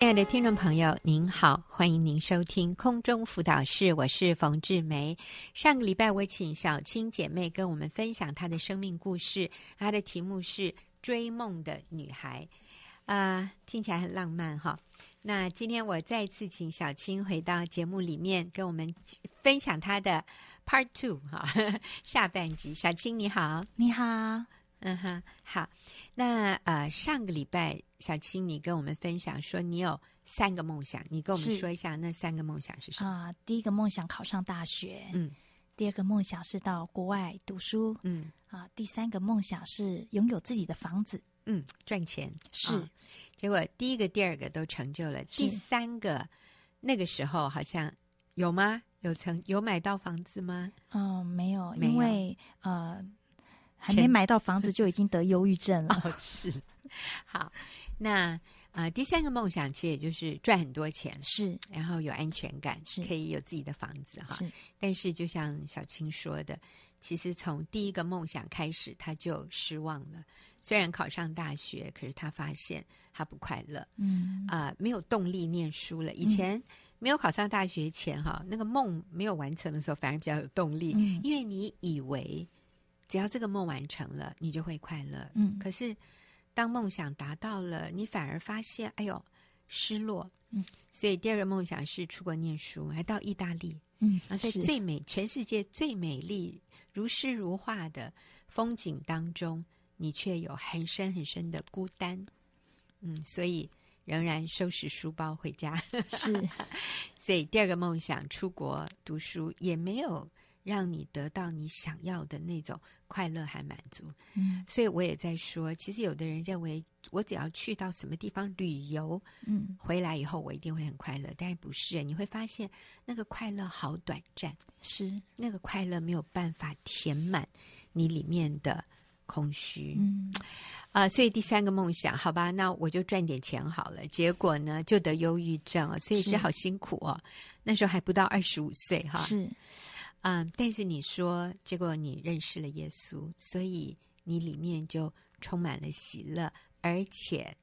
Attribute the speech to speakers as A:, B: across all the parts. A: 亲爱的听众朋友，您好，欢迎您收听空中辅导室，我是冯志梅。上个礼拜我请小青姐妹跟我们分享她的生命故事，她的题目是《追梦的女孩》，啊、听起来很浪漫哈。那今天我再次请小青回到节目里面，跟我们分享她的 Part Two 哈 下半集。小青你好，
B: 你好，
A: 嗯哼，好。那呃，上个礼拜小青你跟我们分享说你有三个梦想，你跟我们
B: 是
A: 说一下那三个梦想是什么？
B: 啊、第一个梦想考上大学，
A: 嗯
B: 第二个梦想是到国外读书，
A: 嗯
B: 啊、第三个梦想是拥有自己的房子，
A: 嗯，赚钱
B: 是
A: 啊结果第一个、第二个都成就了，第
B: 是
A: 三个那个时候好像有吗？有成有买到房子吗？
B: 嗯、没有，
A: 没有
B: 因为呃，还
A: 钱
B: 没买到房子就已经得忧郁症了，
A: 哦，是。好，那呃，第三个梦想其实也就是赚很多钱，
B: 是
A: 然后有安全感，
B: 是
A: 可以有自己的房子哈。
B: 是
A: 但是就像小青说的，其实从第一个梦想开始，他就失望了。虽然考上大学，可是他发现他不快乐
B: 嗯
A: 啊、没有动力念书了。以前没有考上大学前，哈，那个梦没有完成的时候，反而比较有动力，
B: 嗯
A: 因为你以为只要这个梦完成了，你就会快乐。
B: 嗯
A: 可是当梦想达到了，你反而发现，哎呦，失落。
B: 嗯，
A: 所以第二个梦想是出国念书，还到意大利。
B: 嗯
A: 啊，，在
B: 是
A: 最美、全世界最美丽、如诗如画的风景当中，你却有很深很深的孤单。嗯，所以仍然收拾书包回家。
B: 是
A: 所以第二个梦想，出国读书，也没有让你得到你想要的那种快乐和满足。
B: 嗯
A: 所以我也在说，其实有的人认为，我只要去到什么地方旅游，
B: 嗯
A: 回来以后我一定会很快乐，但是不是？你会发现那个快乐好短暂。
B: 是
A: 那个快乐没有办法填满你里面的空虚
B: 嗯
A: 啊、所以第三个梦想，好吧，那我就赚点钱好了。结果呢，就得忧郁症啊，所以
B: 是
A: 这好辛苦哦。那时候还不到二十五岁哈，
B: 是
A: 嗯，但是你说，结果你认识了耶稣，所以你里面就充满了喜乐，而且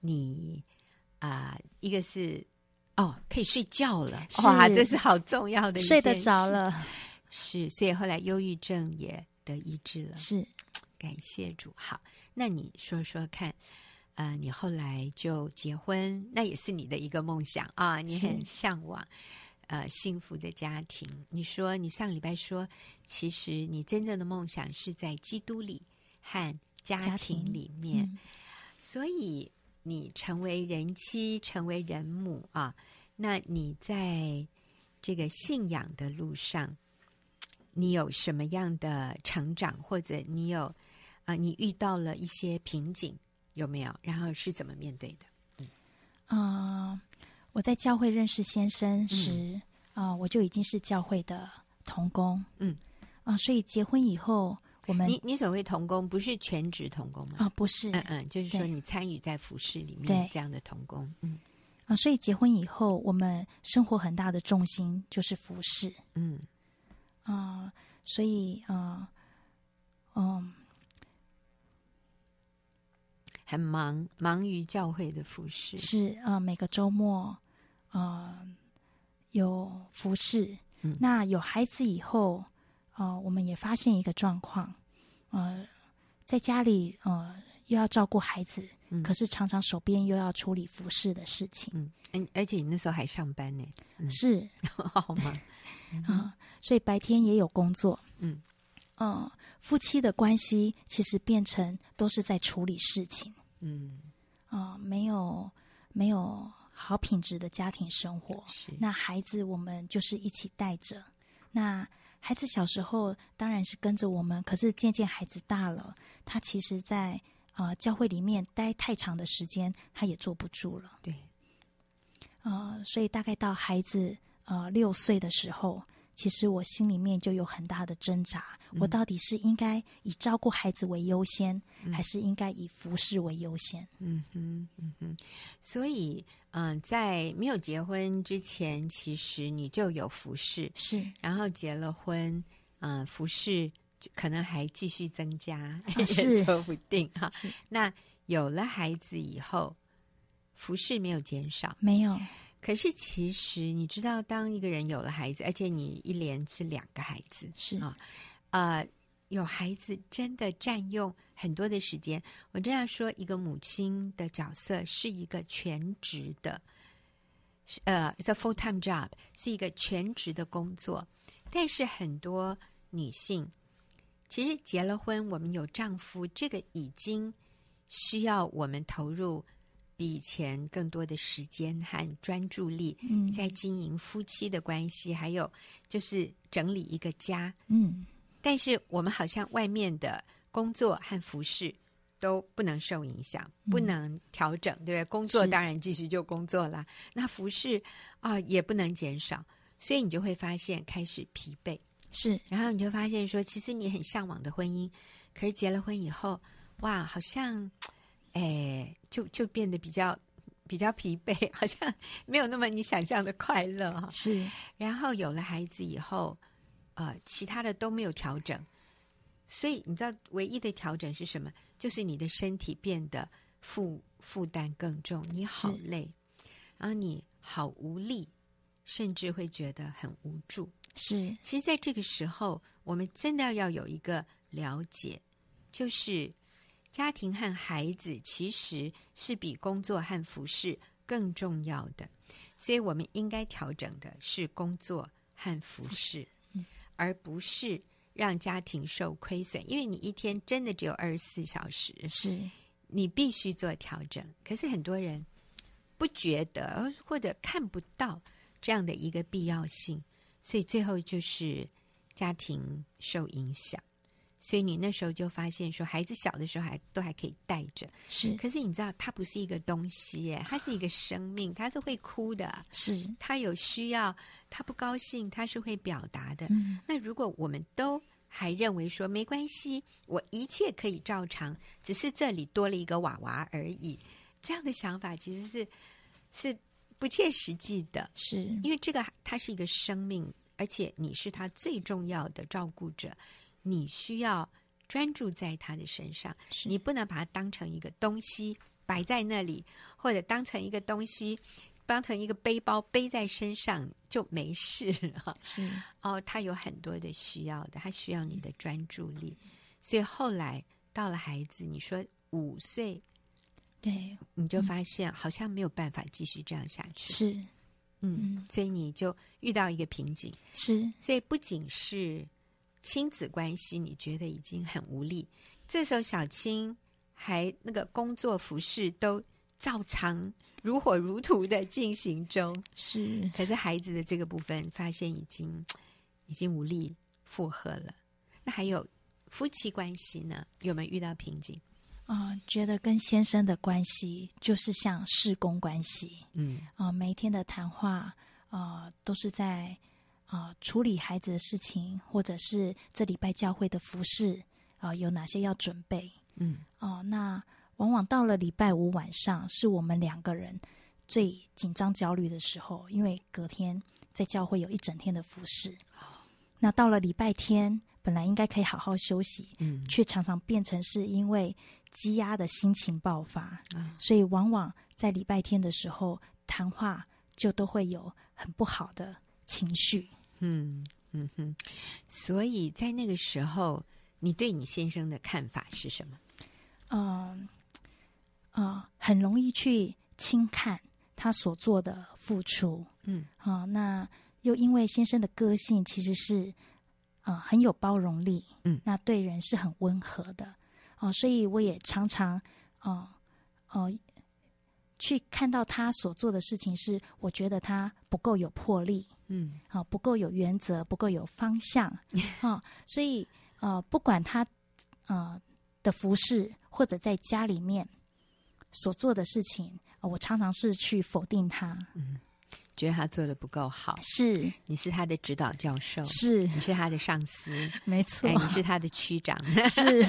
A: 你啊、一个是哦，可以睡觉了，
B: 是
A: 哇，这是好重要的一
B: 睡得
A: 件
B: 着
A: 事
B: 了，
A: 是，所以后来忧郁症也得医治了，
B: 是
A: 感谢主。好，那你说说看，呃，你后来就结婚，那也是你的一个梦想啊，你
B: 是
A: 很向往。呃，幸福的家庭，你说你上礼拜说，其实你真正的梦想是在基督里和家
B: 家
A: 庭
B: 庭
A: 里面，
B: 嗯
A: 所以你成为人妻，成为人母啊，那你在这个信仰的路上，你有什么样的成长，或者你有啊、呃你遇到了一些瓶颈，有没有？然后是怎么面对的？
B: 啊、我在教会认识先生时，啊、我就已经是教会的童工。
A: 嗯，
B: 啊、所以结婚以后，我们
A: 你你所谓童工，不是全职童工吗？
B: 啊、不是
A: 嗯
B: 啊、
A: 嗯，就是说
B: 对
A: 你参与在服饰里面
B: 对
A: 这样的童工，嗯
B: 啊所以结婚以后，我们生活很大的重心就是服饰
A: 嗯
B: 啊、所以啊，嗯、
A: 很忙，忙于教会的服饰，
B: 是啊、每个周末啊、有服饰。
A: 嗯
B: 那有孩子以后，啊，我们也发现一个状况，呃，在家里呃又要照顾孩子，
A: 嗯
B: 可是常常手边又要处理服饰的事情，
A: 嗯嗯，而且你那时候还上班呢， 嗯
B: 是
A: 好忙，
B: 啊、所以白天也有工作，
A: 嗯，
B: 呃，夫妻的关系其实变成都是在处理事情
A: 嗯，
B: 啊、没有没有好品质的家庭生活。
A: 是
B: 那孩子我们就是一起带着，那孩子小时候当然是跟着我们，可是渐渐孩子大了，他其实在呃教会里面待太长的时间，他也坐不住了。
A: 对，
B: 呃，所以大概到孩子呃六岁的时候，其实我心里面就有很大的挣扎，我到底是应该以照顾孩子为优先，还是应该以服侍为优先？
A: 嗯哼，嗯哼，所以，嗯、在没有结婚之前，其实你就有服饰，
B: 是
A: 然后结了婚，嗯、服饰就可能还继续增加，也
B: 是
A: 说不定哈、
B: 是
A: 那有了孩子以后，服饰没有减少。
B: 没有，
A: 可是其实你知道，当一个人有了孩子，而且你一连是两个孩子，
B: 是
A: 啊呃，有孩子真的占用很多的时间。我这样说，一个母亲的角色是一个全职的，是呃，it's a full time job，是一个全职的工作。但是很多女性，其实结了婚，我们有丈夫，这个已经需要我们投入比以前更多的时间和专注力，
B: 嗯
A: 在经营夫妻的关系，还有就是整理一个家。
B: 嗯，
A: 但是我们好像外面的工作和服饰都不能受影响，不能调整，对不对？工作
B: 是
A: 当然继续就工作啦，那服饰啊、也不能减少，所以你就会发现开始疲惫，
B: 是
A: 然后你就发现说，其实你很向往的婚姻，可是结了婚以后，哇，好像，哎，就就变得比较比较疲惫， 好像没有那么你想象的快乐哈、
B: 是
A: 然后有了孩子以后，呃，其他的都没有调整，所以你知道唯一的调整是什么？就是你的身体变得负负担更重，你好
B: 是
A: 累，然后你好无力，甚至会觉得很无助。
B: 是
A: 其实，在这个时候，我们真的要有一个了解，就是家庭和孩子其实是比工作和服饰更重要的，所以我们应该调整的是工作和服饰，而不是让家庭受亏损。因为你一天真的只有二十四小时，
B: 是
A: 你必须做调整。可是很多人不觉得或者看不到这样的一个必要性，所以最后就是家庭受影响。所以你那时候就发现说，孩子小的时候还都还可以带着，
B: 是
A: 可是你知道，它不是一个东西耶，它是一个生命，它是会哭的，
B: 是，
A: 它有需要，它不高兴，它是会表达的。
B: 嗯，
A: 那如果我们都还认为说没关系，我一切可以照常，只是这里多了一个娃娃而已，这样的想法其实是是不切实际的，
B: 是
A: 因为这个它是一个生命，而且你是他最重要的照顾者，你需要专注在他的身上，
B: 是
A: 你不能把它当成一个东西摆在那里，或者当成一个东西。当成一个背包背在身上就没事了。
B: 是
A: 哦，他有很多的需要的，他需要你的专注力。所以后来到了孩子，你说五岁，
B: 对
A: 你就发现好像没有办法继续这样下去，
B: 是
A: 嗯，
B: 嗯
A: 所以你就遇到一个瓶颈。
B: 是
A: 所以不仅是亲子关系，你觉得已经很无力，这时候小青还那个工作服饰都照常如火如荼的进行中，
B: 是
A: 可是孩子的这个部分，发现已经已经无力负荷了。那还有夫妻关系呢？有没有遇到瓶颈？
B: 啊、觉得跟先生的关系就是像事工关系
A: 嗯
B: 啊、每一天的谈话啊、都是在啊、处理孩子的事情，或者是这礼拜教会的服饰啊、有哪些要准备
A: 嗯，
B: 哦、那往往到了礼拜五晚上，是我们两个人最紧张焦虑的时候，因为隔天在教会有一整天的服饰。那到了礼拜天，本来应该可以好好休息，
A: 嗯
B: 却常常变成是因为积压的心情爆发，
A: 啊
B: 所以往往在礼拜天的时候谈话就都会有很不好的情绪。
A: 嗯嗯哼。所以在那个时候，你对你先生的看法是什么？
B: 嗯，啊、很容易去轻看他所做的付出。
A: 嗯，
B: 啊、那又因为先生的个性其实是，啊、很有包容力，
A: 嗯，
B: 那对人是很温和的，哦、所以我也常常，哦、哦、去看到他所做的事情是，我觉得他不够有魄力，
A: 嗯
B: 啊、不够有原则，不够有方向 啊、所以呃，不管他呃的服饰或者在家里面所做的事情，呃我常常是去否定他，
A: 嗯觉得他做的不够好，
B: 是
A: 你是他的指导教授，
B: 是
A: 你是他的上司，
B: 没错
A: 哎，你是他的区长。
B: 是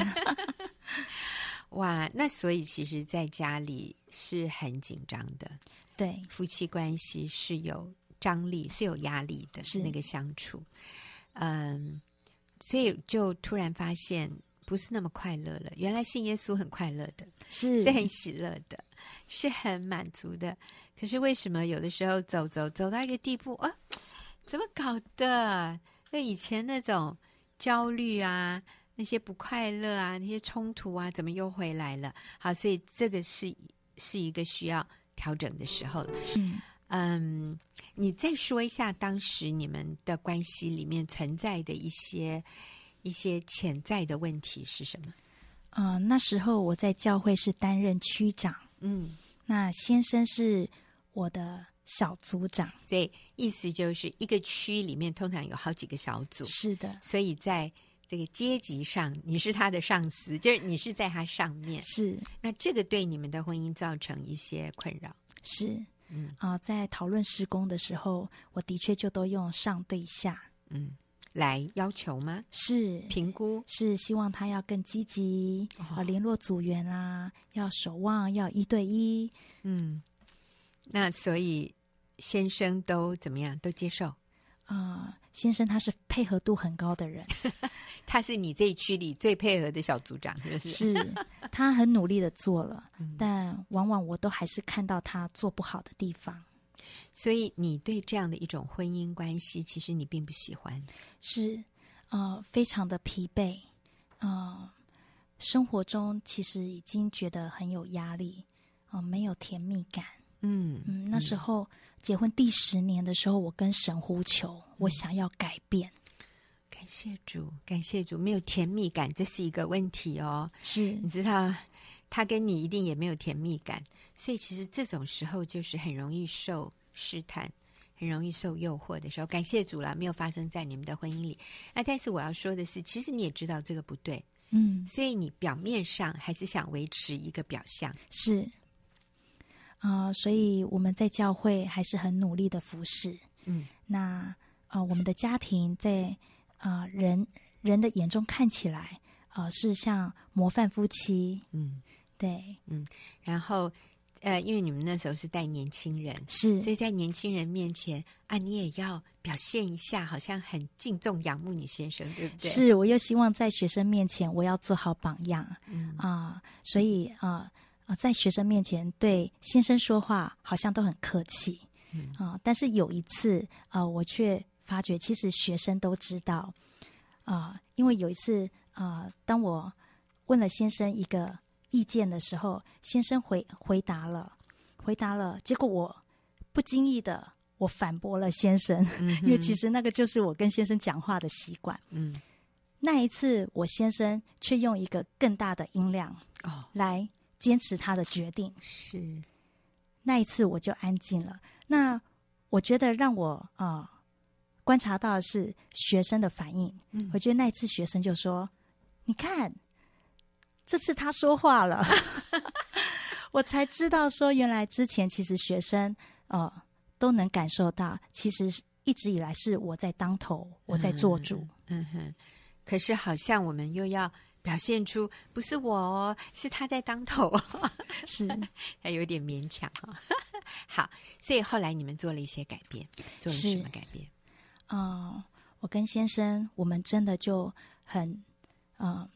A: 哇，那所以其实在家里是很紧张的。
B: 对
A: 夫妻关系是有张力、是有压力的
B: 是
A: 那个相处，嗯，所以就突然发 现不是那么快乐了。原来信耶稣很快乐的，
B: 是嗯
A: 是很喜乐的，是很满足的。可是为什么有的时候走走走到一个地步啊，怎么搞的？就以前那种焦虑啊，那些不快乐啊，那些冲突啊，怎么又回来了？好，所以这个是是一个需要调整的时候。
B: 嗯
A: 嗯，你再说一下当时你们的关系里面存在的一些一些潜在的问题是什么？
B: 呃，那时候我在教会是担任区长，
A: 嗯，
B: 那先生是我的小组长。
A: 所以意思就是一个区里面通常有好几个小组，
B: 是的，
A: 所以在这个阶级上，你是他的上司，就是你是在他上面。
B: 是
A: 那这个对你们的婚姻造成一些困扰。
B: 是，
A: 嗯
B: 啊、在讨论施工的时候，我的确就都用上对下，
A: 嗯，来要求吗？
B: 是
A: 评估
B: 是希望他要更积极，啊、
A: 哦
B: 联络组员啦、要守望，要一对一，
A: 嗯，那所以先生都怎么样？都接受？
B: 啊、先生他是配合度很高的人，
A: 他是你这一区里最配合的小组长，是不是？嗯
B: 是他很努力的 做了，但往往我都还是看到他做不好的地方。
A: 所以你对这样的一种婚姻关系，其实你并不喜欢。
B: 是呃非常的疲惫，呃，生活中其实已经觉得很有压力，呃，没有甜蜜感。
A: 嗯
B: 嗯，那时候结婚第十年的时候，我跟神呼求，我想要改变。
A: 感谢主，感谢主，没有甜蜜感，这是一个问题哦。
B: 是
A: 你知道，他跟你一定也没有甜蜜感，所以其实这种时候就是很容易受试探，很容易受诱惑的时候。感谢主啦，没有发生在你们的婚姻里。那但是我要说的是，其实你也知道这个不对，
B: 嗯，
A: 所以你表面上还是想维持一个表象。
B: 是啊、呃所以我们在教会还是很努力的服侍。
A: 嗯，
B: 那呃，我们的家庭在啊、呃人人的眼中看起来啊、呃是像模范夫妻，
A: 嗯，
B: 对，
A: 然后呃，因为你们那时候是带年轻人，
B: 是
A: 所以嗯在年轻人面前啊，你也要表现一下，好像很敬重、仰慕你先生，对不对？，
B: 是，我又希望在学生面前，我要做好榜样
A: 嗯
B: 啊、所以啊啊、在学生面前对先生说话好像都很客气
A: 嗯
B: 啊、但是有一次啊、我却发觉其实学生都知道啊、因为有一次啊、当我问了先生一个意见的时候，先生回回答了，回答了，结果我不经意的我反驳了先生， 因为其实那个就是我跟先生讲话的习惯。
A: 嗯，
B: 那一次，我先生却用一个更大的音量
A: 哦，
B: 来坚持他的决定。
A: 是，
B: 那一次我就安静了。那我觉得让我啊、呃观察到的是学生的反应。
A: 嗯
B: 我觉得那一次学生就说：“你看，这次他说话了。” 我才知道说，原来之前其实学生呃都能感受到，其实是一直以来是我在当头，我在做主。
A: 嗯哼。可是好像我们又要表现出不是我哦，是他在当头哦，
B: 是。
A: 还有点勉强哈、哦。 好，所以后来你们做了一些改变，做了
B: 是
A: 什么改变？
B: 嗯，我跟先生，我们真的就很，嗯、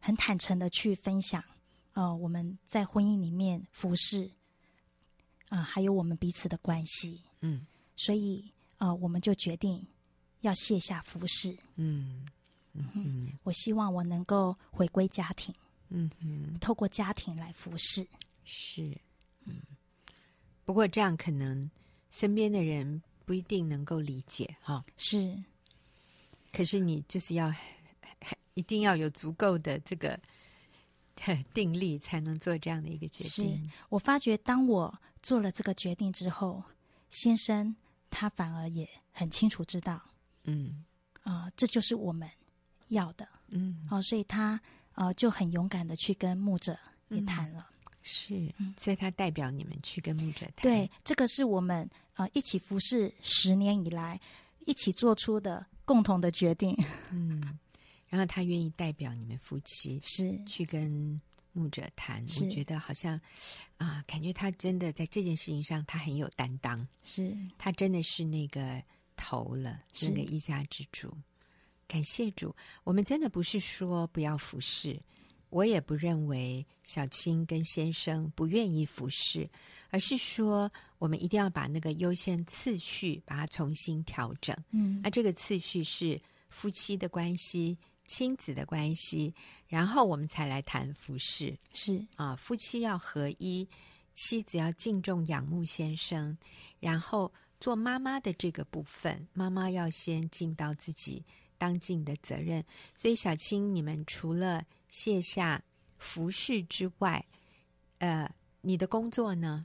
B: 很坦诚的去分享，呃，我们在婚姻里面服侍，啊、还有我们彼此的关系，
A: 嗯
B: 所以，呃，我们就决定要卸下服侍。
A: 嗯
B: 我希望我能够回归家庭，
A: 嗯哼。
B: 透过家庭来服侍。
A: 是，嗯，不过这样可能身边的人不一定能够理解哈、
B: 是，
A: 可是你就是要 一定要有足够的这个 定力，才能做这样的一个决定。
B: 我发觉当我做了这个决定之后，先生他反而也很清楚知道。
A: 嗯
B: 啊、这就是我们要的
A: 嗯，
B: 哦、所以他呃就很勇敢的去跟牧者也谈了。
A: 是，嗯所以他代表你们去跟牧者谈。
B: 对，这个是我们呃一起服侍十年以来一起做出的共同的决定。
A: 嗯，然后他愿意代表你们夫妻
B: 是
A: 去跟牧者谈，我
B: 是
A: 觉得好像啊、感觉他真的在这件事情上他很有担当。
B: 是
A: 他真的是那个头了，
B: 是
A: 那个一家之主。感谢主，我们真的不是说不要服侍，我也不认为小青跟先生不愿意服侍，而是说我们一定要把那个优先次序把它重新调整。
B: 嗯
A: 那这个次序是夫妻的关系、亲子的关系，然后我们才来谈服侍
B: 是
A: 啊。夫妻要合一，妻子要敬重仰慕先生，然后做妈妈的这个部分，妈妈要先尽到自己当尽的责任。所以，小青，你们除了卸下服饰之外，呃，你的工作呢？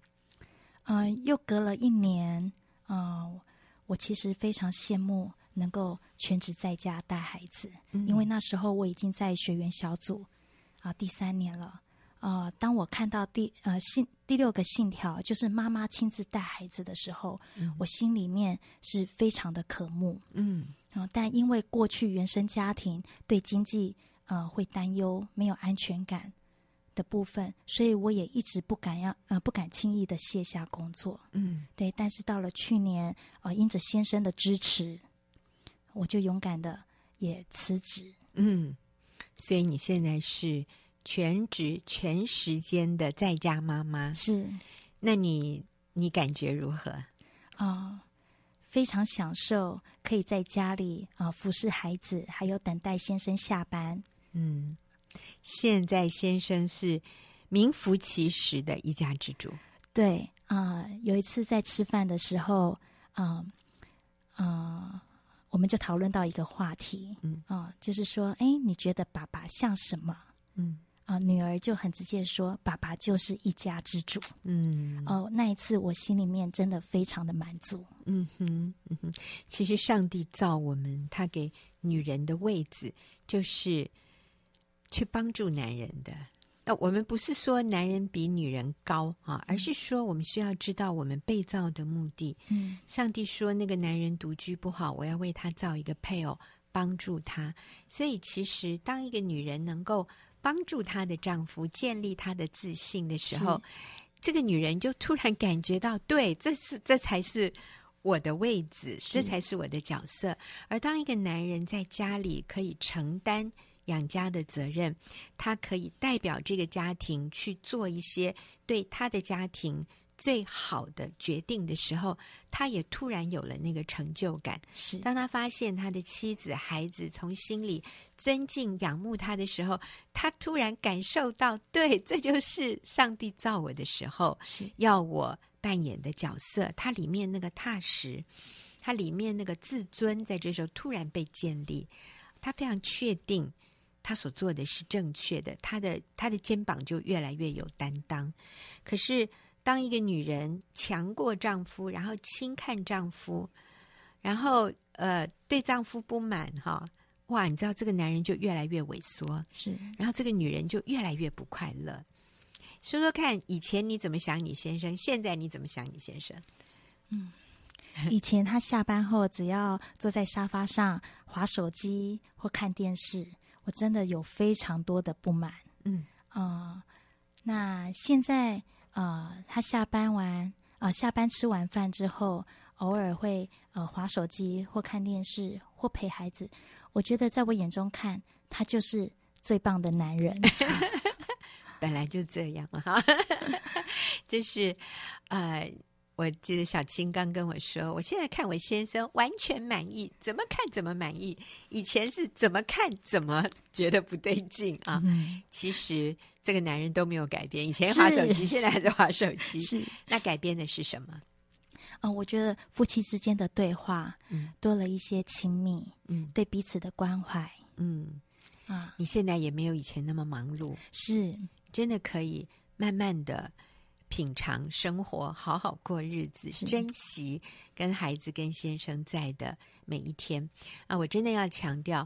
B: 啊、又隔了一年啊、我其实非常羡慕能够全职在家带孩子，因为那时候我已经在学员小组啊、第三年了。啊、当我看到第呃信第六个信条，就是妈妈亲自带孩子的时候，我心里面是非常的渴慕。
A: 嗯
B: 啊、但因为过去原生家庭对经济呃会担忧，没有安全感的部分，所以我也一直不敢要呃不敢轻易的卸下工作。
A: 嗯
B: 对，但是到了去年，呃，因着先生的支持，我就勇敢的也辞职。
A: 嗯，所以你现在是全职全时间的在家妈妈，
B: 是
A: 那你你感觉如何？
B: 啊、非常享受可以在家里啊、呃服侍孩子，还有等待先生下班。
A: 嗯，现在先生是名副其实的一家之主。
B: 对啊、有一次在吃饭的时候，啊、啊、我们就讨论到一个话题，
A: 嗯
B: 啊、就是说，哎，你觉得爸爸像什么？
A: 嗯
B: 啊、女儿就很直接说，爸爸就是一家之主。
A: 嗯
B: 哦，那一次我心里面真的非常的满足。
A: 嗯哼嗯哼，其实上帝造我们，他给女人的位置就是去帮助男人的。那、我们不是说男人比女人高啊，而是说我们需要知道我们被造的目的。
B: 嗯
A: 上帝说那个男人独居不好，我要为他造一个配偶，帮助他。所以其实当一个女人能够帮助她的丈夫建立她的自信的时候
B: 是，
A: 这个女人就突然感觉到，对，这是这才是。我的位置，这
B: 是
A: 才是我的角色。而当一个男人在家里可以承担养家的责任，他可以代表这个家庭去做一些对他的家庭最好的决定的时候，他也突然有了那个成就感。
B: 是
A: 当他发现他的妻子、孩子从心里尊敬、仰慕他的时候，他突然感受到，对，这就是上帝造我的时候
B: 是
A: 要我扮演的角色。它里面那个踏实，它里面那个自尊，在这时候突然被建立。他非常确定他所做的是正确的，他的他的肩膀就越来越有担当。可是，当一个女人强过丈夫，然后轻看丈夫，然后呃对丈夫不满哈，哇，你知道这个男人就越来越萎缩，
B: 是
A: 然后这个女人就越来越不快乐。说说看，以前你怎么想你先生，现在你怎么想你先生？
B: 以前他下班后只要坐在沙发上划手机或看电视，我真的有非常多的不满。
A: 嗯
B: 啊、那现在呃，他下班完啊、呃下班吃完饭之后，偶尔会呃划手机或看电视或陪孩子。我觉得在我眼中看，他就是最棒的男人。
A: 本来就这样啊哈， 就是，呃，我记得小青刚跟我说，我现在看我先生完全满意，怎么看怎么满意，以前是怎么看怎么觉得不对劲啊。
B: 嗯，
A: 其实这个男人都没有改变，以前划手 机，现在还 是划手机。
B: 是。
A: 那改变的是什么？
B: 呃，我觉得夫妻之间的对话，
A: 嗯
B: 多了一些亲密，
A: 嗯
B: 对彼此的关怀
A: 嗯，
B: 啊，
A: 你现在也没有以前那么忙碌，
B: 是
A: 真的可以慢慢的品尝生活，好好过日子，
B: 是
A: 珍惜跟孩子、跟先生在的每一天啊！我真的要强调，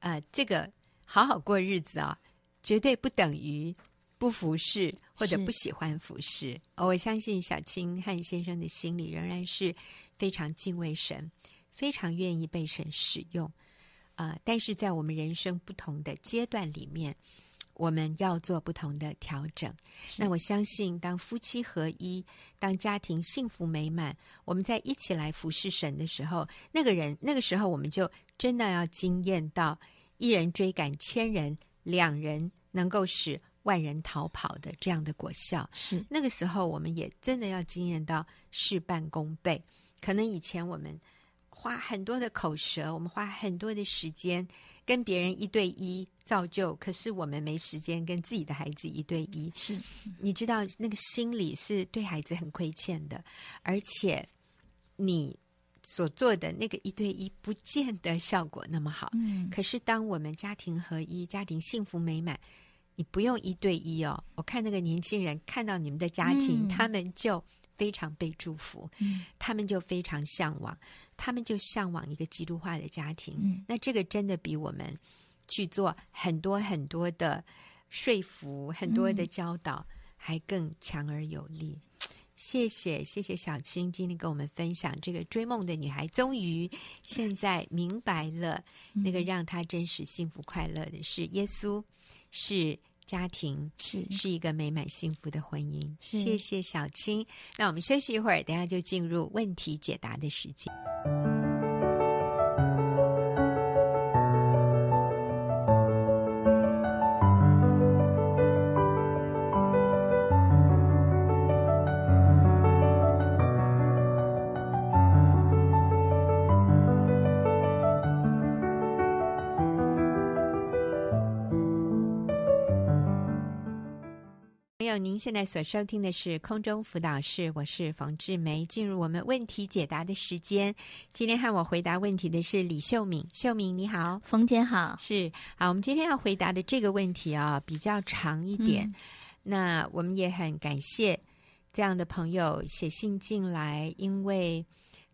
A: 呃，这个好好过日子啊，绝对不等于不服侍或者
B: 是
A: 不喜欢服侍。哦我相信小青和先生的心里仍然是非常敬畏神，非常愿意被神使用。啊、但是在我们人生不同的阶段里面，我们要做不同的调整。
B: 是
A: 那我相信，当夫妻合一，当家庭幸福美满，我们在一起来服侍神的时候，那个人那个时候，我们就真的要惊艳到一人追赶千人，两人能够使万人逃跑的这样的果效。
C: 是
A: 那个时候，我们也真的要经验到事半功倍。可能以前我们花很多的口舌，我们花很多的时间跟别人一对一造就，可是我们没时间跟自己的孩子一对一。
C: 是
A: 你知道那个心理是对孩子很亏欠的，而且你所做的那个一对一，不见得效果那么好。
C: 嗯
A: 可是当我们家庭合一、家庭幸福美满，你不用一对一哦。我看那个年轻人看到你们的家庭，
C: 嗯
A: 他们就非常被祝福，
C: 嗯
A: 他们就非常向往，他们就向往一个基督化的家庭。
C: 嗯
A: 那这个真的比我们去做很多很多的说服、很多的教导、还更强而有力。谢谢，谢谢小青今天跟我们分享这个追梦的女孩，终于现在明白了，那个让她真实幸福快乐的是耶稣，是家庭，
C: 是
A: 是一个美满幸福的婚姻。
C: 是
A: 谢谢小青，那我们休息一会儿，等一下就进入问题解答的时间。朋友，您现在所收听的是空中辅导室，我是冯志梅。进入我们问题解答的时间，今天和我回答问题的是李秀敏。秀敏，你好，
C: 冯姐好，
A: 是啊。我们今天要回答的这个问题啊、比较长一
C: 嗯
A: 点。那我们也很感谢这样的朋友写信进来，因为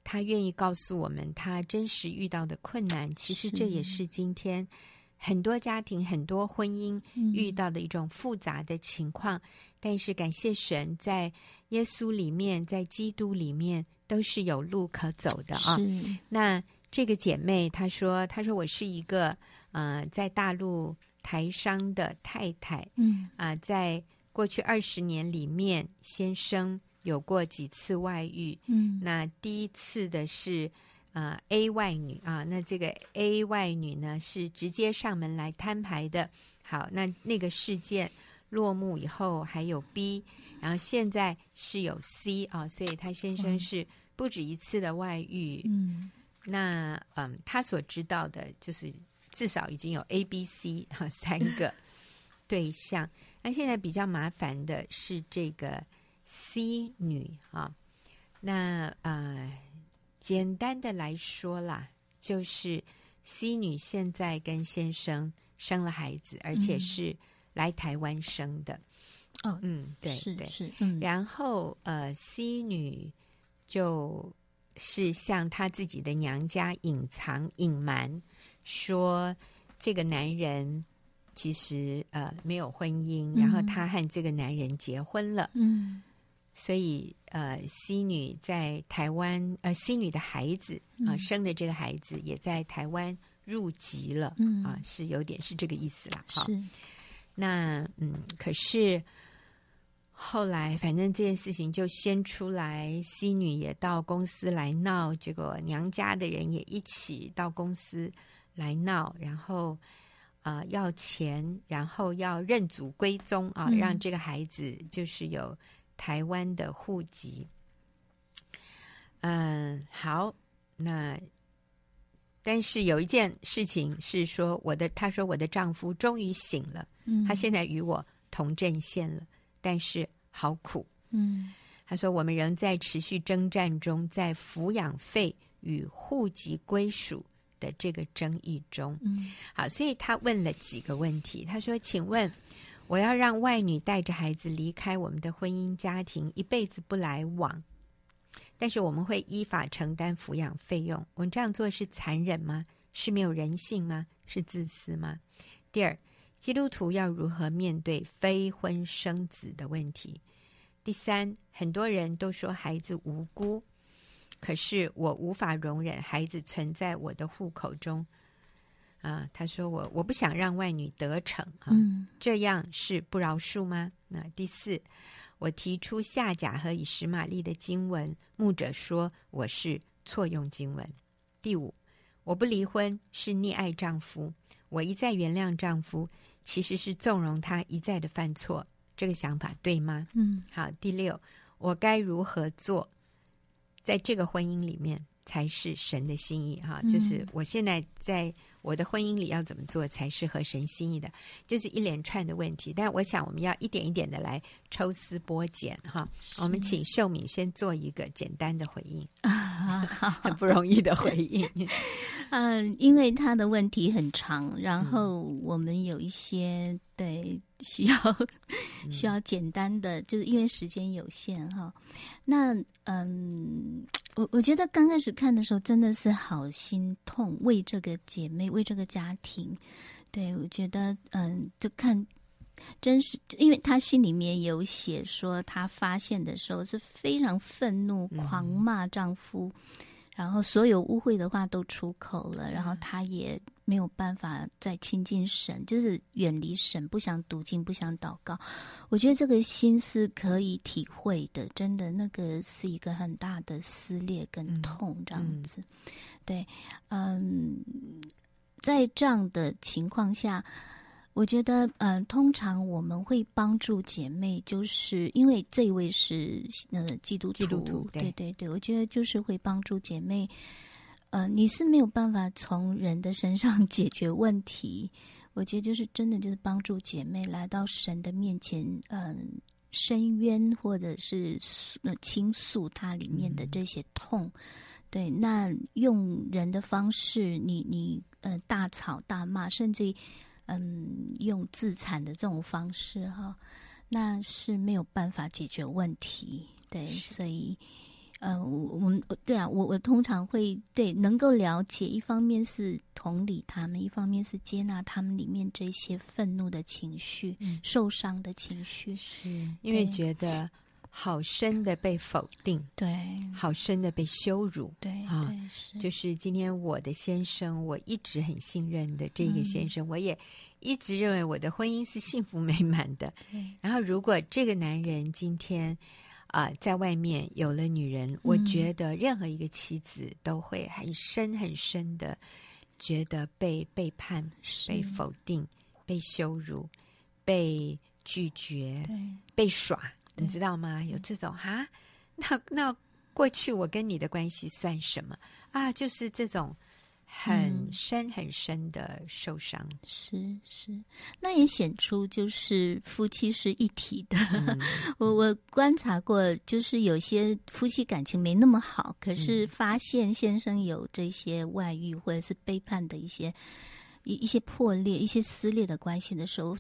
A: 他愿意告诉我们他真实遇到的困难。其实这也是今天很多家庭、很多婚姻
C: 嗯
A: 遇到的一种复杂的情况，但是感谢神，在耶稣里面，在基督里面都是有路可走的啊。
C: 是
A: 那这个姐妹她说：“她说我是一个呃，在大陆台商的太太
C: 嗯
A: 啊、在过去二十年里面，先生有过几次外遇，
C: 嗯
A: 那第一次的是呃 A 外女啊，那这个 A 外女呢是直接上门来摊牌的。好，那那个事件落幕以后还有 B，然后现在是有 C 啊，所以她先生
C: 哇
A: 是不止一次的外遇。
C: 嗯
A: 那嗯，她所知道的就是至少已经有 A、B、C 啊三 个对象。那现在比较麻烦的是这个 C 女啊，那呃，简单的来说啦，就是 C 女现在跟先生生了孩子，而且
C: 嗯
A: 是来台湾生的。
C: 哦
A: 嗯，对
C: 是
A: 对，
C: 是嗯
A: 然后呃，C 女就是呃向她自己的娘家隐藏、隐瞒，说这个男人其实呃没有婚姻，然后
C: 嗯
A: 她和这个男人结婚了，
C: 嗯
A: 所以呃，C 女在台湾呃，C 女的孩子啊、
C: 嗯
A: 生的这个孩子也在台湾入籍了。
C: 嗯
A: 啊，是有点是这个意思啦。哈
C: 是
A: 那嗯，可是后来反正这件事情就先出来，C 女也到公司来闹，结果娘家的人也一起到公司来闹，然后啊、呃要钱，然后要认祖归宗啊，
C: 嗯
A: 让这个孩子就是有台湾的户籍。嗯，好，那但是有一件事情是说，我的她说我的丈夫终于醒了。
C: 嗯
A: 他现在与我同阵线了，但是好苦。
C: 嗯
A: 他说，我们仍在持续征战中，在抚养费与户籍归属的这个争议中。
C: 嗯
A: 好，所以他问了几个问题。他说：“请问，我要让外女带着孩子离开我们的婚姻家庭，一辈子不来往，但是我们会依法承担抚养费用。我们这样做是残忍吗？是没有人性吗？是自私吗？”第二，基督徒要如何面对非婚生子的问题？第三，很多人都说孩子无辜，可是我无法容忍孩子存在我的户口中。啊，他说我我不想让外女得逞啊，
C: 嗯
A: 这样是不饶恕吗？那第四，我提出下甲和以实玛利的经文，牧者说我是错用经文。第五，我不离婚是溺爱丈夫，我一再原谅丈夫，其实是纵容他一再的犯错，这个想法对吗？
C: 嗯
A: 好，第六，我该如何做，在这个婚姻里面才是神的心意哈、就是
C: 嗯
A: 我现在在我的婚姻里要怎么做才是合神心意的，就是一连串的问题。但我想我们要一点一点的来抽丝剥茧哈。我们请秀敏先做一个简单的回 应，很不容易的回应。
B: 嗯，因为他的问题很长，
C: 嗯
B: 然后我们有一些对需要
A: 嗯
B: 需要简单的，就是因为时间有限哈。那嗯，我我觉得刚开始看的时候真的是好心痛，为这个姐妹，为这个家庭。对，我觉得嗯，就看真是，因为他心里面有写说，他发现的时候是非常愤怒，狂骂丈夫。然后所有污秽的话都出口了，然后他也没有办法再亲近神，就是远离神，不想读经，不想祷告。我觉得这个心是可以体会的，真的，那个是一个很大的撕裂跟痛，这样子。对，嗯，在这样的情况下。我觉得，嗯、通常我们会帮助姐妹，就是因为这位是呃基督徒，
A: 基督徒对
B: 对对对，我觉得就是会帮助姐妹。呃，你是没有办法从人的身上解决问题， 我觉得就是真的就是帮助姐妹来到神的面前，嗯、伸冤或者是诉呃倾诉它里面
A: 嗯
B: 的这些痛。对，那用人的方式，你你呃大吵大骂，甚至于嗯用自残的这种方式哈，那是没有办法解决问题。对，
A: 是
B: 所以。呃，我我们对啊，我我通常会对能够了解，一方面是同理他们，一方面是接纳他们里面这些愤怒的情绪、
A: 嗯
B: 受伤的情绪。
A: 是因为
B: 对
A: 觉得好深的被否定，
B: 对
A: 好深的被羞辱，
B: 对、
A: 啊
B: 对是，
A: 就是今天我的先生，我一直很信任的这个
B: 嗯
A: 先生，我也一直认为我的婚姻是幸福美满的。
B: 对
A: 然后，如果这个男人今天啊、在外面有了女人，我觉
B: 嗯
A: 得任何一个妻子都会很深很深的觉得被背叛、
B: 是
A: 被否定、被羞辱、被拒绝、
B: 对
A: 被耍，你
B: 对
A: 知道吗？有这种哈， 那那过去我跟你的关系算什么啊？就是这种很
B: 嗯
A: 深很深的受伤，
B: 是是，那也显出就是夫妻是一体的。
A: 嗯
B: 我我观察过，就是有些夫妻感情没那么好，可
A: 嗯
B: 是发现先生有这些外遇或者是背叛的一些一一些破裂、一些撕裂的关系的时候。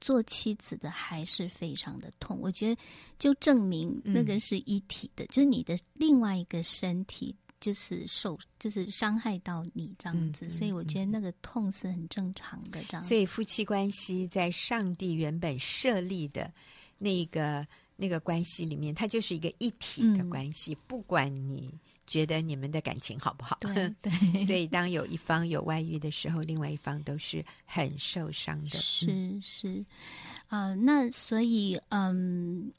B: 做妻子的还是非常的痛，我觉得就证明那个
A: 嗯
B: 是一体的，就是你的另外一个身体就是受，就是伤害到你这
A: 嗯
B: 样子，所以
A: 嗯
B: 我觉得那个痛是很正常的这样子。
A: 所以夫妻关系在上帝原本设立的那个那个关系里面，它就是一个一体的
B: 嗯
A: 关系，不管你觉得你们的感情好不好。
B: 对对
A: 所以，当有一方有外遇的时候，另外一方都是很受伤的。嗯
B: 是是，啊、那所以嗯，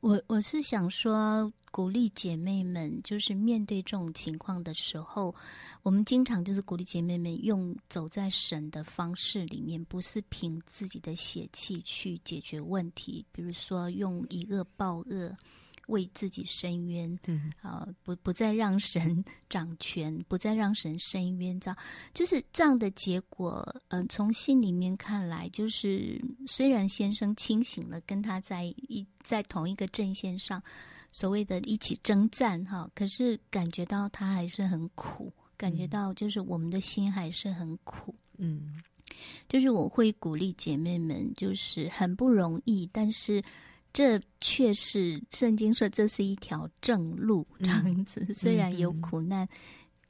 B: 我我是想说，鼓励姐妹们，就是面对这种情况的时候，我们经常就是鼓励姐妹们用走在神的方式里面，不是凭自己的血气去解决问题，比如说用以恶报恶。为自己伸冤，
A: 嗯
B: 啊、不不再让神 掌权，不再让神伸冤，这样就是这样的结果。嗯、从信里面看来，就是虽然先生清醒了，跟他在一在同一个阵线上，所谓的一起征战哈，可是感觉到他还是很苦，感觉到就是我们的心还是很苦。
A: 嗯，
B: 就是我会鼓励姐妹们，就是很不容易，但是这却是圣经说这是一条正路，这样子。虽然有苦难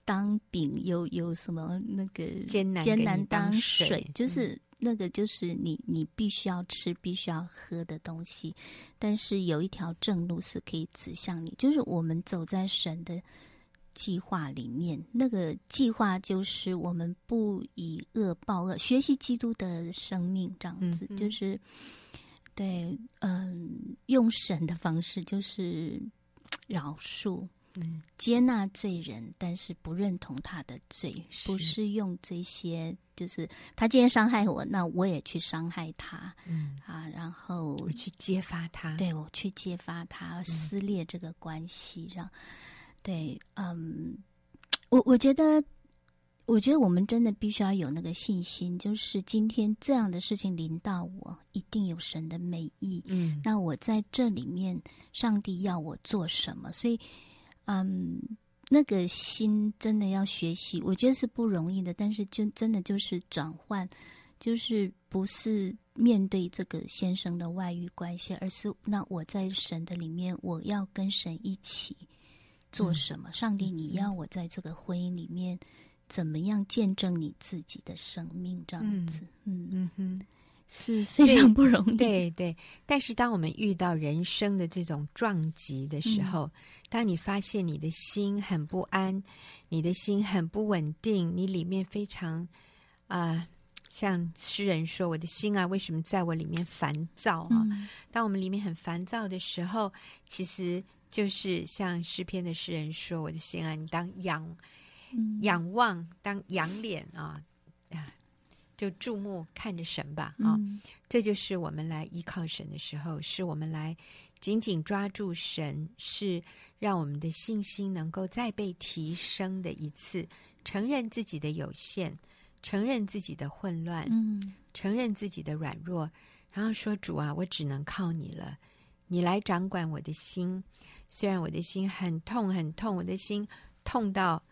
B: 当饼，有有什么那个
A: 嗯艰难
B: 艰
A: 给
B: 难
A: 你当
B: 水，
A: 水嗯
B: 就是。那个就是你，你必须要吃、必须要喝的东西，但是有一条正路是可以指向你，就是我们走在神的计划里面，那个计划就是我们不以恶报恶，学习基督的生命这样子，
A: 嗯嗯
B: 就是对，嗯、用神的方式就是嘖饶恕，接纳罪人，但是不认同他的罪，
A: 是
B: 不是用这些，就是他今天伤害我，那我也去伤害他
A: 嗯，
B: 啊，然后
A: 我去揭发他，
B: 对我去揭发他撕裂这个关系，让对，嗯，我我觉得，我觉得我们真的必须要有那个信心，就是今天这样的事情临到我，一定有神的美意。
A: 嗯，
B: 那我在这里面，上帝要我做什么？所以，嗯，那个心真的要学习，我觉得是不容易的。但是就真的就是转换，就是不是面对这个先生的外遇关系，而是那我在神的里面，我要跟神一起做什么？上帝，你要我在这个婚姻里面。怎么样见证你自己的生命？这样子，嗯，
A: 嗯哼。
B: 是
A: 所
B: 非
A: 以
B: 常不容易。
A: 对对，但是当我们遇到人生的这种撞击的时候，
B: 嗯
A: 当你发现你的心很不安，你的心很不稳定，你里面非常啊、像诗人说：“我的心啊，为什么在我里面烦躁啊？”
B: 嗯，
A: 当我们里面很烦躁的时候，其实就是像诗篇的诗人说：“我的心啊，你当仰
B: 嗯
A: 仰望，当仰脸啊啊，就注目看着神吧啊。
B: 嗯
A: 这就是我们来依靠神的时候，是我们来紧紧抓住神，是让我们的信心能够再被提升的一次。承认自己的有限，承认自己的混乱，
B: 嗯
A: 承认自己的软弱，然后说：“主啊，我只能靠你了，你来掌管我的心。虽然我的心很痛很痛，我的心痛到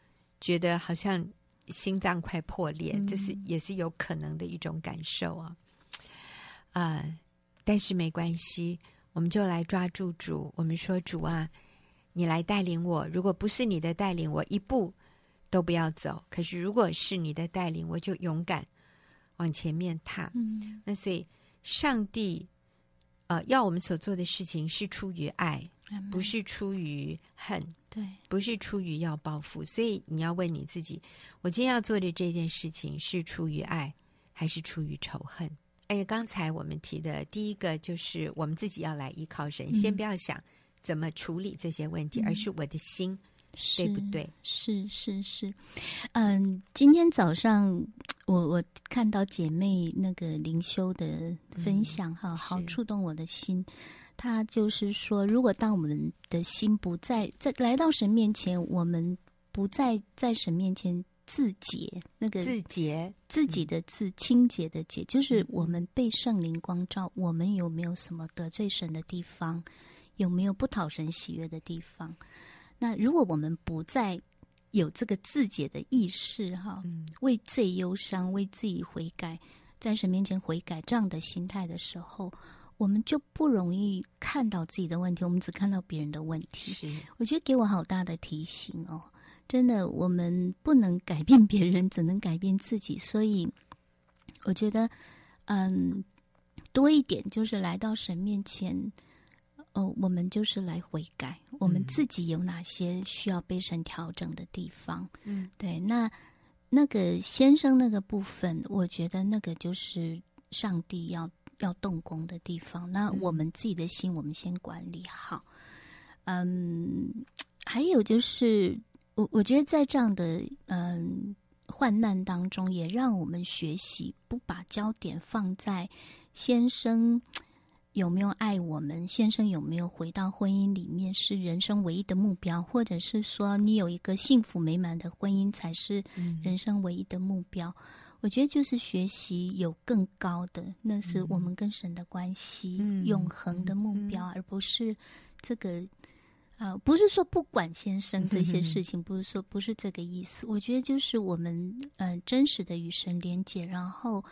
A: 觉得好像心脏快破裂，这是也是有可能的一种感受啊。啊、但是没关系，我们就来抓住主，我们说：主啊，你来带领我。如果不是你的带领，我一步都不要走；可是如果是你的带领，我就勇敢往前面踏。
B: 嗯
A: 那所以，上帝呃要我们所做的事情是出于爱，
B: 嗯
A: 不是出于恨，
B: 对，
A: 不是出于要报复。所以你要问你自己：我今天要做的这件事情是出于爱，还是出于仇恨？而刚才我们提的第一个就是我们自己要来依靠神，先
B: 嗯
A: 不要想怎么处理这些问题，而是我的心对
B: 是
A: 不？对？
B: 是是是，嗯，今天早上我我看到姐妹那个灵修的分享哈，好
A: 嗯是
B: 触动我的心。她就是说，如果当我们的心不在在来到神面前，我们不再在神面前自洁，那个
A: 自洁，
B: 自己的自清洁的洁，就是我们被圣灵光照，我们有没有什么得罪神的地方，有没有不讨神喜悦的地方？那如果我们不再有这个自解的意识，哈，
A: 嗯
B: 为罪忧伤，为自己悔改，在神面前悔改这样的心态的时候，我们就不容易看到自己的问题，我们只看到别人的问题。
A: 是
B: 我觉得给我好大的提醒哦，真的，我们不能改变别人，只能改变自己。所以，我觉得，嗯，多一点就是来到神面前，哦，我们就是来悔改，我们自己有哪些需要被神调整的地方。
A: 嗯，
B: 对，那那个先生那个部分，我觉得那个就是上帝要要动工的地方。那我们自己的心，我们先管理好。嗯，还有就是，我我觉得在这样的嗯患难当中，也让我们学习不把焦点放在先生有没有爱我们，先生有没有回到婚姻里面是人生唯一的目标，或者是说你有一个幸福美满的婚姻才是人生唯一的目标。我觉得就是学习有更高的，那是我们跟神的关系、
A: 嗯
B: 永恒的目标，而不是这个呃，不是说不管先
A: 嗯
B: 生这些事情，不是说不是这个意思。我觉得就是我们嗯、呃真实的与神连接，然后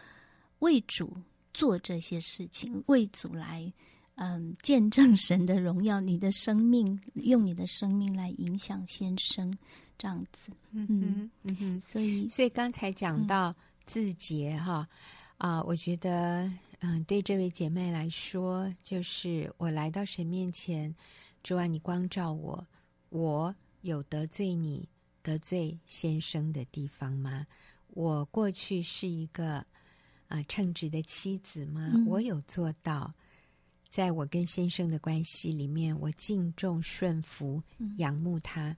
B: 为主做这些事情，为主来嗯、见证神的荣耀。你的生命用你的生命来影响先生，这样子。
A: 嗯
B: 嗯
A: 嗯哼。
B: 所以
A: 所以刚才讲到自洁哈，啊、我觉得嗯，对这位姐妹来说，就是我来到神面前，主啊，你光照我，我有得罪你、得罪先生的地方吗？我过去是一个啊、称职的妻子吗？
B: 嗯
A: 我有做到在我跟先生的关系里面，我敬重、顺服、仰慕他。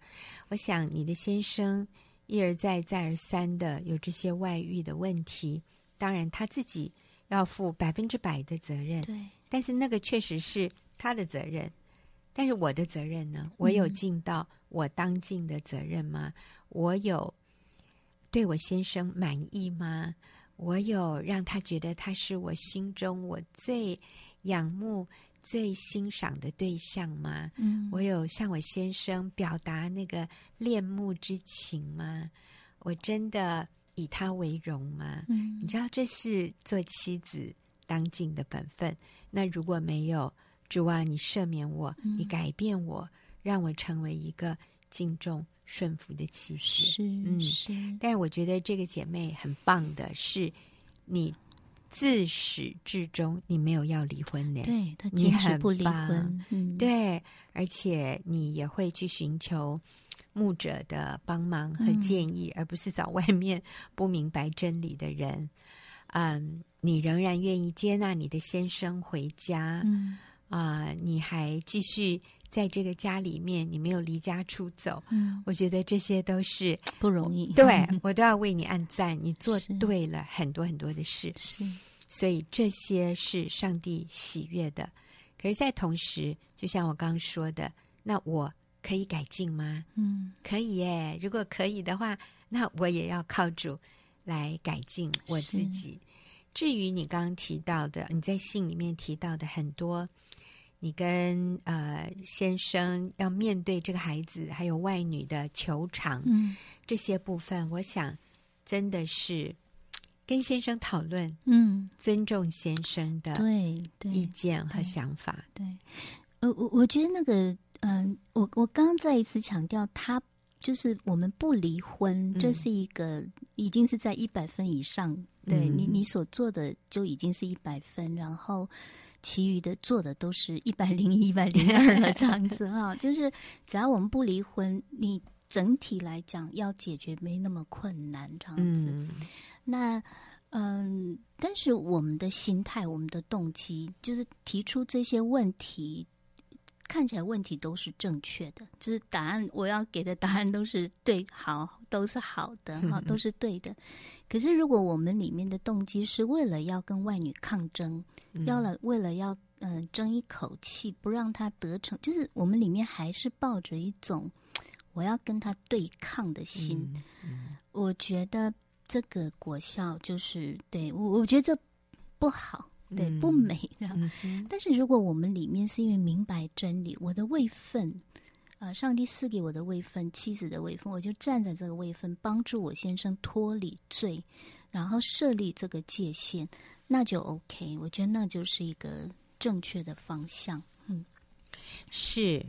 A: 我想你的先生一而再、再而三的有这些外遇的问题，当然他自己要负百分之百的责任，
B: 对，
A: 但是那个确实是他的责任。但是我的责任呢？我有尽到我当尽的责任吗？我有对我先生满意吗？我有让他觉得他是我心中我最仰慕、最欣赏的对象吗？
B: 嗯，
A: 我有向我先生表达那个恋慕之情吗？我真的以他为荣吗？
B: 嗯
A: 你知道这是做妻子当尽的本分。那如果没有，主啊，你赦免我，你
B: 嗯
A: 改变我，让我成为一个敬重顺服的妻子。
B: 是
A: 嗯
B: 是，
A: 但是我觉得这个姐妹很棒的是，你自始至终你没有要离婚呢。
B: 对他
A: 你
B: 坚持
A: 很
B: 不离
A: 棒
B: 婚，嗯，
A: 对，啊而且你也会去寻求牧者的帮忙和建议，而不是找外面不明白真理的人。嗯，你仍然愿意接纳你的先生回家
B: 嗯
A: 啊、你还继续在这个家里面，你没有离家出走。
B: 嗯，
A: 我觉得这些都是
B: 不容易，嗯
A: 对 我都要为你按赞，你做
B: 是
A: 对了很多很多的事。
B: 是，
A: 所以这些是上帝喜悦的。可是，在同时，就像我刚刚说的，那我可以改进吗？
B: 嗯
A: 可以耶，如果可以的话，那我也要靠主来改进我自己。至于你刚刚提到的，你在信里面提到的很多，你跟呃先生要面对这个孩子，还有外女的求偿，
B: 嗯
A: 这些部分，我想真的是跟先生讨论，
B: 嗯，
A: 尊重先生的
B: 对对，
A: 意见和
B: 对
A: 想法。
B: 对，呃，我我觉得那个，嗯、我我刚刚再一次强调，他就是我们不离婚，这
A: 嗯
B: 是一个已经是在一百分以上，对、你
A: 嗯
B: 你所做的就已经是一百分，然后。其余的做的都是一百零一、一百零二了，这样子 啊、就是只要我们不离婚，你整体来讲要解决没那么困难，这样子。
A: 嗯
B: 那嗯，但是我们的心态、我们的动机，就是提出这些问题，看起来问题都是正确的，就是答案我要给的答案都是对，好，都是好的，哈，都是对的。可是如果我们里面的动机是为了要跟外女抗争，
A: 嗯
B: 要了为了要嗯、呃争一口气，不让她得逞，就是我们里面还是抱着一种我要跟她对抗的心。
A: 嗯
B: 我觉得这个国校就是对我，我觉得这不好，对、
A: 嗯
B: 不美。然后，
A: 嗯哼
B: 但是如果我们里面是因为明白真理，我的位分，呃，上帝赐给我的位分，妻子的位分，我就站在这个位分，帮助我先生脱离罪，然后设立这个界限，那就 OK。我觉得那就是一个正确的方向。
A: 是，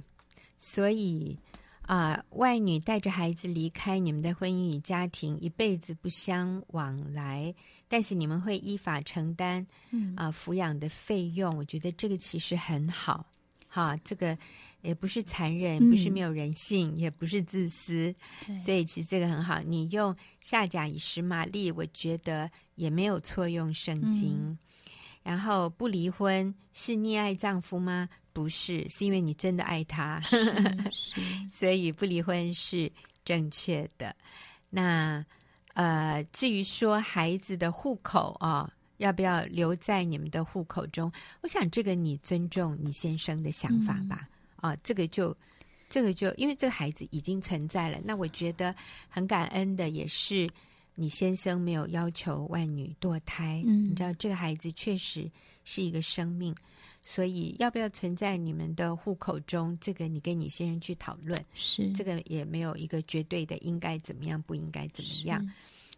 A: 所以啊、外女带着孩子离开你们的婚姻与家庭，一辈子不相往来，但是你们会依法承担
B: 嗯
A: 啊、抚养的费用。我觉得这个其实很好，哈，这个也不是残忍，不是
B: 嗯
A: 没有人性，也不是自私，所
B: 对，
A: 以其实这个很好，你用下甲以实玛利，我觉得也没有错用圣经。然后不离婚是溺爱丈夫吗？不是，是因为你真的爱他，
B: 是
A: 所以不离婚是正确的。那呃，至于说孩子的户口啊、要不要留在你们的户口中？我想这个你尊重你先生的想法吧。啊、这个就这个就因为这个孩子已经存在了，那我觉得很感恩的也是你先生没有要求外女堕胎。
B: 嗯
A: 你知道这个孩子确实是一个生命，所以要不要存在你们的户口中，这个你跟你先生去讨论。
B: 是
A: 这个也没有一个绝对的应该怎么样，不应该怎么样。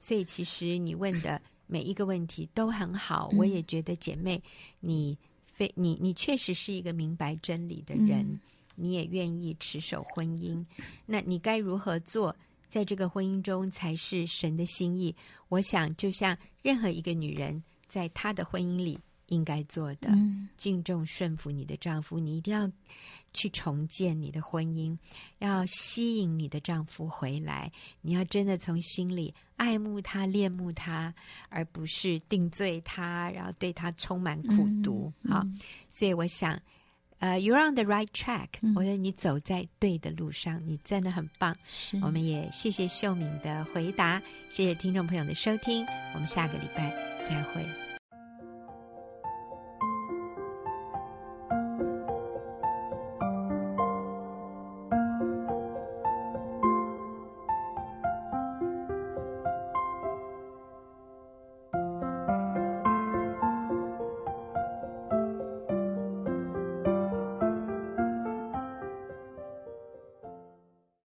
A: 所以其实你问的每一个问题都很好，我也觉得姐妹，你非你你确实是一个明白真理的人，
B: 嗯
A: 你也愿意持守婚姻，那你该如何做？在这个婚姻中才是神的心意。我想，就像任何一个女人在她的婚姻里，应该做的，
B: 嗯
A: 敬重顺服你的丈夫，你一定要去重建你的婚姻，要吸引你的丈夫回来，你要真的从心里爱慕他、恋慕他，而不是定罪他，然后对他充满苦毒
B: 嗯
A: 啊、所以我想。呃、y o u r e on the right track、
B: 嗯
A: 我觉得你走在对的路上，你真的很棒。
B: 是
A: 我们也谢谢秀敏的回答，谢谢听众朋友的收听，我们下个礼拜再会。